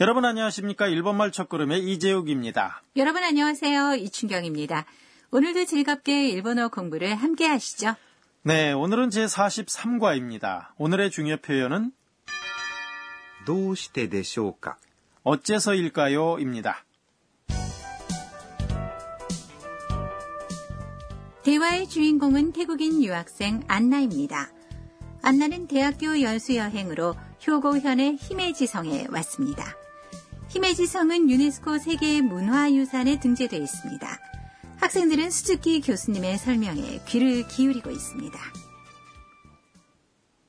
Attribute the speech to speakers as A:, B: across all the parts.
A: 여러분 안녕하십니까? 일본말 첫걸음의 이재욱입니다.
B: 여러분 안녕하세요. 이춘경입니다. 오늘도 즐겁게 일본어 공부를 함께 하시죠.
A: 네, 오늘은 제 43과입니다. 오늘의 중요 표현은
C: どうしてでしょうか
A: 어째서일까요?입니다.
B: 대화의 주인공은 태국인 유학생 안나입니다. 안나는 대학교 연수 여행으로 효고현의 히메지성에 왔습니다. 히메지성은 유네스코 세계 문화유산에 등재되어 있습니다. 학생들은 수즈키 교수님의 설명에 귀를 기울이고 있습니다.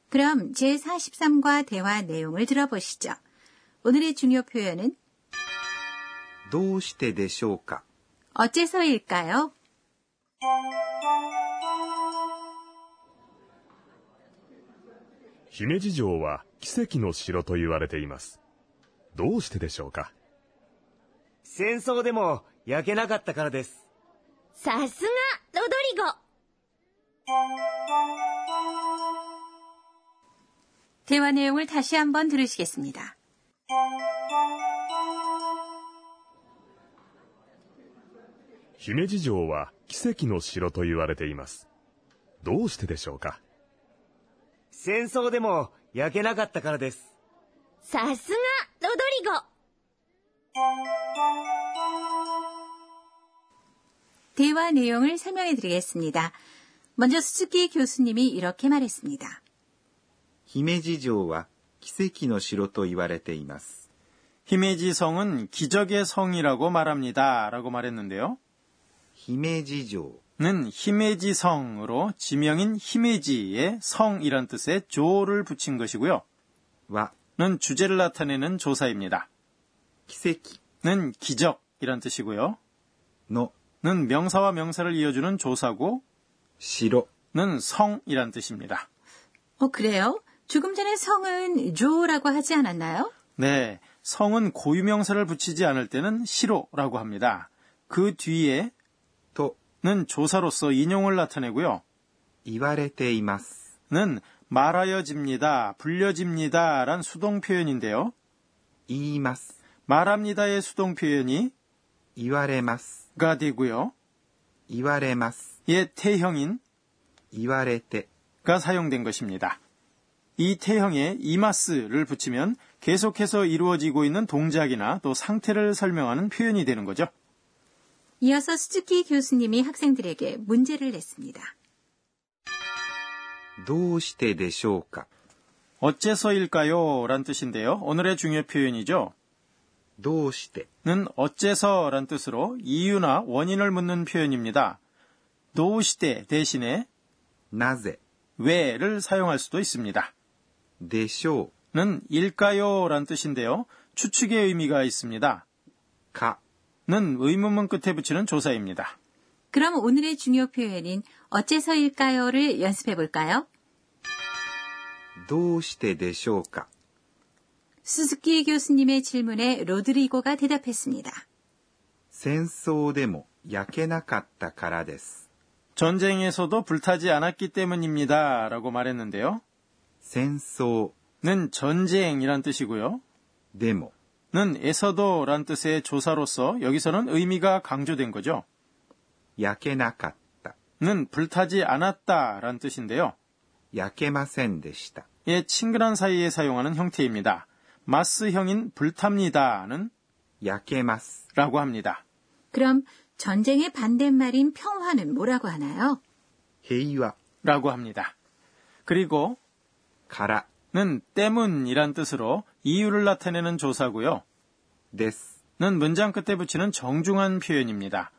B: 그럼 제43과 대화 내용을 들어보시죠. 오늘의 중요 표현은
C: どうしてでしょうか
B: 어째서일까요?
D: 姫路城は奇跡の城と言われています。どうしてでしょうか
E: 戦争でも焼けなかったからです。
F: さすが、ロドリゴ
B: 대화내용을다시한번들으시겠습니다
D: 姫路城は奇跡の城と言われています。どうしてでしょうか
E: 戦争でも焼けなかったからです。
F: さすが、ロドリゴ
B: 대화 내용을 설명해 드리겠습니다. 먼저 수즈키 교수님이 이렇게 말했습니다.
C: 姫路城は奇跡の城と言われています。
A: 히메지 성은 기적의 성이라고 말합니다. 라고 말했는데요.
C: 姫路城
A: 는 히메지 성으로 지명인 히메지의 성이란 뜻의 조를 붙인 것이고요.
C: は
A: 는 주제를 나타내는 조사입니다.
C: 奇跡
A: 는 기적이란 뜻이고요.
C: の
A: 는 명사와 명사를 이어주는 조사고
C: 城
A: 는 성이란 뜻입니다.
B: 어, 그래요? 조금 전에 성은 조라고 하지 않았나요?
A: 네, 성은 고유명사를 붙이지 않을 때는 시로라고 합니다. 그 뒤에는
C: と
A: 조사로서 인용을 나타내고요.
C: 言われています。
A: 는 말하여집니다, 불려집니다란 수동 표현인데요.
C: 言います。
A: 말합니다의 수동 표현이
C: 言われます。
A: 가 되고요.
C: 言われます。
A: 의 태형인
C: 言われて
A: 가 사용된 것입니다. 이 태형에 이마스를 붙이면 계속해서 이루어지고 있는 동작이나 또 상태를 설명하는 표현이 되는 거죠.
B: 이어서 수즈키 교수님이 학생들에게 문제를 냈습니다.
C: どうしてでしょうか
A: 어째서일까요? 란 뜻인데요. 오늘의 중요 표현이죠.
C: どうして
A: 는 어째서 란 뜻으로 이유나 원인을 묻는 표현입니다. 도시대 대신에
C: なぜ
A: 왜를 사용할 수도 있습니다.
C: でしょう
A: 는 일까요? 란 뜻인데요. 추측의 의미가 있습니다.
C: か
A: 는 의문문 끝에 붙이는 조사입니다.
B: 그럼 오늘의 중요 표현인 어째서일까요를 연습해 볼까요?
C: どうしてでしょうか
B: 수즈키 교수님의 질문에 로드리고가 대답했습니다.
C: 戦争でも焼けなかったからです。
A: 전쟁에서도 불타지 않았기 때문입니다. 라고 말했는데요.
C: 戦争
A: 는 전쟁이란 뜻이고요.
C: でも
A: 는 에서도 란 뜻의 조사로서 여기서는 의미가 강조된 거죠.
C: 焼けなかった。
A: 는 불타지 않았다 란 뜻인데요.
C: 焼けませんでした。
A: 예 친근한 사이에 사용하는 형태입니다. 마스형인 불탑니다는
C: 焼けます。
A: 라고 합니다.
B: 그럼 전쟁의 반대말인 평화는 뭐라고 하나요?
C: 平和
A: 라고 합니다. 그리고
C: から
A: 는 때문이란 뜻으로 이유를 나타내는 조사고요.
C: です。
A: 는 문장 끝에 붙이는 정중한 표현입니다.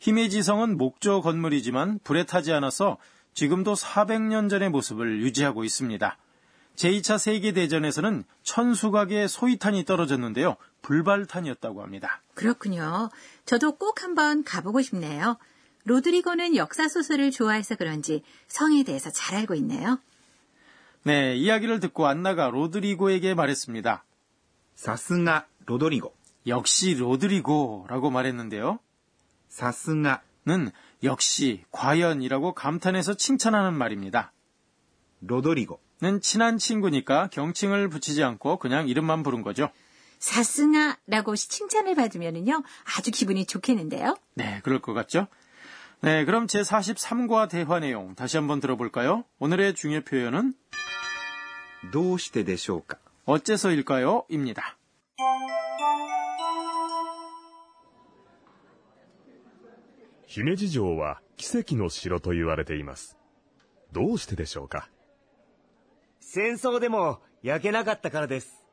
A: 히메지성은 목조 건물이지만 불에 타지 않아서 지금도 400년 전의 모습을 유지하고 있습니다. 제2차 세계대전에서는 천수각의 소위탄이 떨어졌는데요. 불발탄이었다고 합니다.
B: 그렇군요. 저도 꼭 한번 가보고 싶네요. 로드리고는 역사 소설을 좋아해서 그런지 성에 대해서 잘 알고 있네요.
A: 네, 이야기를 듣고 안나가 로드리고에게 말했습니다.
C: さすがロドリゴ。
A: 역시 로드리고라고 말했는데요.
C: さすが
A: 는 역시 과연이라고 감탄해서 칭찬하는 말입니다.
C: ロドリゴ。
A: 는 친한 친구니까 경칭을 붙이지 않고 그냥 이름만 부른 거죠.
B: 사스가라고 칭찬을 받으면요 아주 기분이 좋겠는데요.
A: 네, 그럴 것 같죠? 네, 그럼 제43과 대화 내용 다시 한번 들어볼까요? 오늘의 중요 표현은
C: どうしてでしょうか
A: 어째서일까요? 입니다.
D: 「姫路城は奇跡の城と言われていますどうしてでしょうか
E: 戦争でも焼けなかったからです。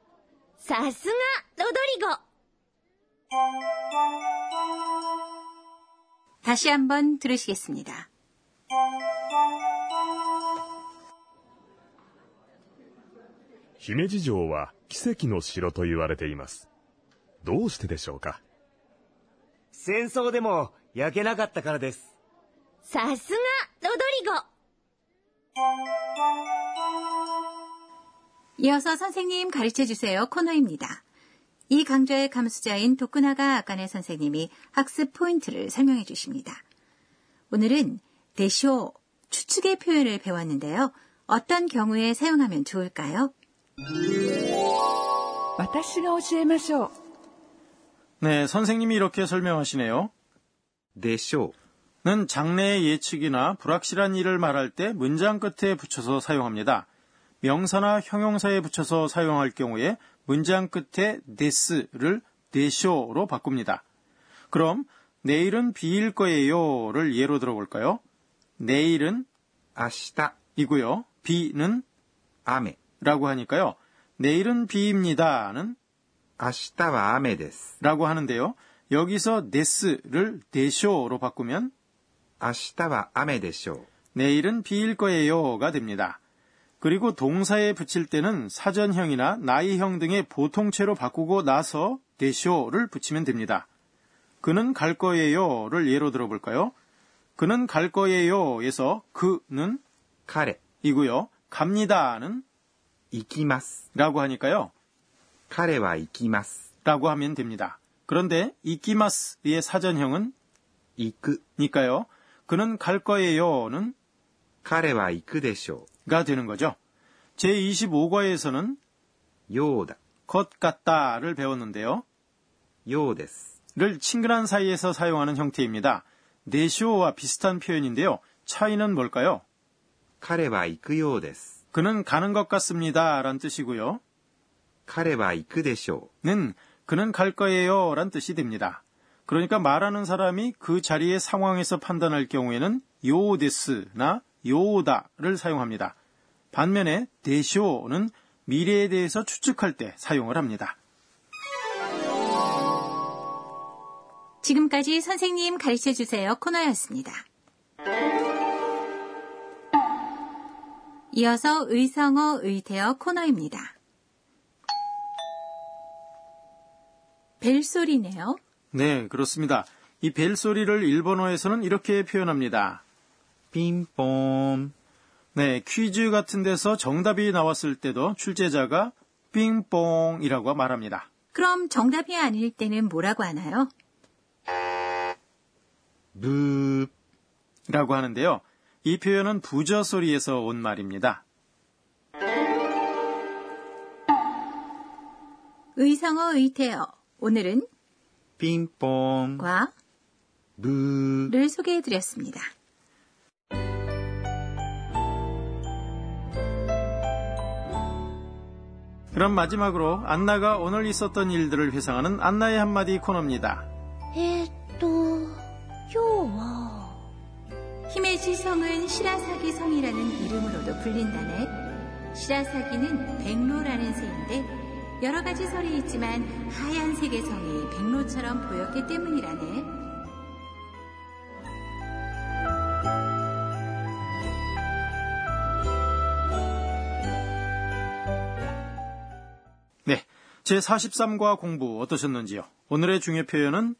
F: さすが、ロドリゴ
B: 다시 한번 들으시겠습니다.
D: 姫路城は奇跡の城と言われていますどうしてでしょうか
E: 戦争でも焼けなかったからです。
F: さすが、ロドリゴ
B: 이어서 선생님 가르쳐 주세요 코너입니다. 이 강좌의 감수자인 도쿠나가 아까네 선생님이 학습 포인트를 설명해 주십니다. 오늘은 대쇼 추측의 표현을 배웠는데요. 어떤 경우에 사용하면 좋을까요?
G: 私が教えましょう
A: 네, 선생님이 이렇게 설명하시네요.
C: でしょ
A: 는 장래의 예측이나 불확실한 일을 말할 때 문장 끝에 붙여서 사용합니다. 명사나 형용사에 붙여서 사용할 경우에 문장 끝에 this를 this로 바꿉니다. 그럼 내일은 비일 거예요를 예로 들어볼까요? 내일은
C: う明日
A: 이고요. 비는
C: 雨
A: 라고 하니까요. 내일은 비입니다는
C: 明日は雨です
A: 라고 하는데요. 여기서 this를 this로 바꾸면
C: 明日は雨でしょう
A: 내일은 비일 거예요가 됩니다. 그리고 동사에 붙일 때는 사전형이나 나이형 등의 보통체로 바꾸고 나서 대쇼를 붙이면 됩니다. 그는 갈 거예요를 예로 들어볼까요? 그는 갈 거예요에서 그는
C: 彼
A: 이고요. 갑니다는
C: 行きます
A: 라고 하니까요.
C: 彼は行きます
A: 라고 하면 됩니다. 그런데 이키마스의 사전형은
C: 行く
A: 니까요. 그는 갈 거예요는
C: 彼は行くでしょ
A: 가 되는 거죠. 제25과에서는
C: うようだ
A: 것 같다를 배웠는데요.
C: ようです
A: 를 친근한 사이에서 사용하는 형태입니다. 네쇼와 비슷한 표현인데요. 차이는 뭘까요?
C: 彼は行くようです
A: 그는 가는 것 같습니다. 란 뜻이고요.
C: 彼は行くでしょ
A: 는 그는 갈 거예요. 란 뜻이 됩니다. 그러니까 말하는 사람이 그 자리의 상황에서 판단할 경우에는 요데스나 요다를 사용합니다. 반면에 대쇼는 미래에 대해서 추측할 때 사용을 합니다.
B: 지금까지 선생님 가르쳐 주세요 코너였습니다. 이어서 의성어 의태어 코너입니다. 벨소리네요.
A: 네, 그렇습니다. 이 벨 소리를 일본어에서는 이렇게 표현합니다.
C: うピンポーン
A: 네, 퀴즈 같은 데서 정답이 나왔을 때도 출제자가 빙뽕이라고 말합니다.
B: 그럼 정답이 아닐 때는 뭐라고 하나요?
C: ブー
A: 라고 하는데요. 이 표현은 부저 소리에서 온 말입니다.
B: 의성어 의태어 오늘은
C: ピンポーン
B: 과
C: ブー
B: 를 소개해드렸습니다.
A: 그럼 마지막으로 안나가 오늘 있었던 일들을 회상하는 안나의 한마디 코너입니다.
F: えーっと、今日は、
B: 히메지 성은 시라사기 성이라는 이름으로도 불린다네. 시라사기는 백로라는 새인데 여러 가지 설이 있지만 하얀색의 성이 백로처럼 보였기 때문이라네.
A: 네. 제43과 공부 어떠셨는지요? 오늘의 중요 표현은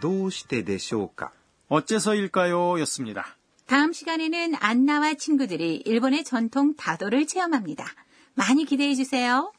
C: どうしてでしょうか
A: 어째서일까요? 였습니다.
B: 다음 시간에는 안나와 친구들이 일본의 전통 다도를 체험합니다. 많이 기대해 주세요.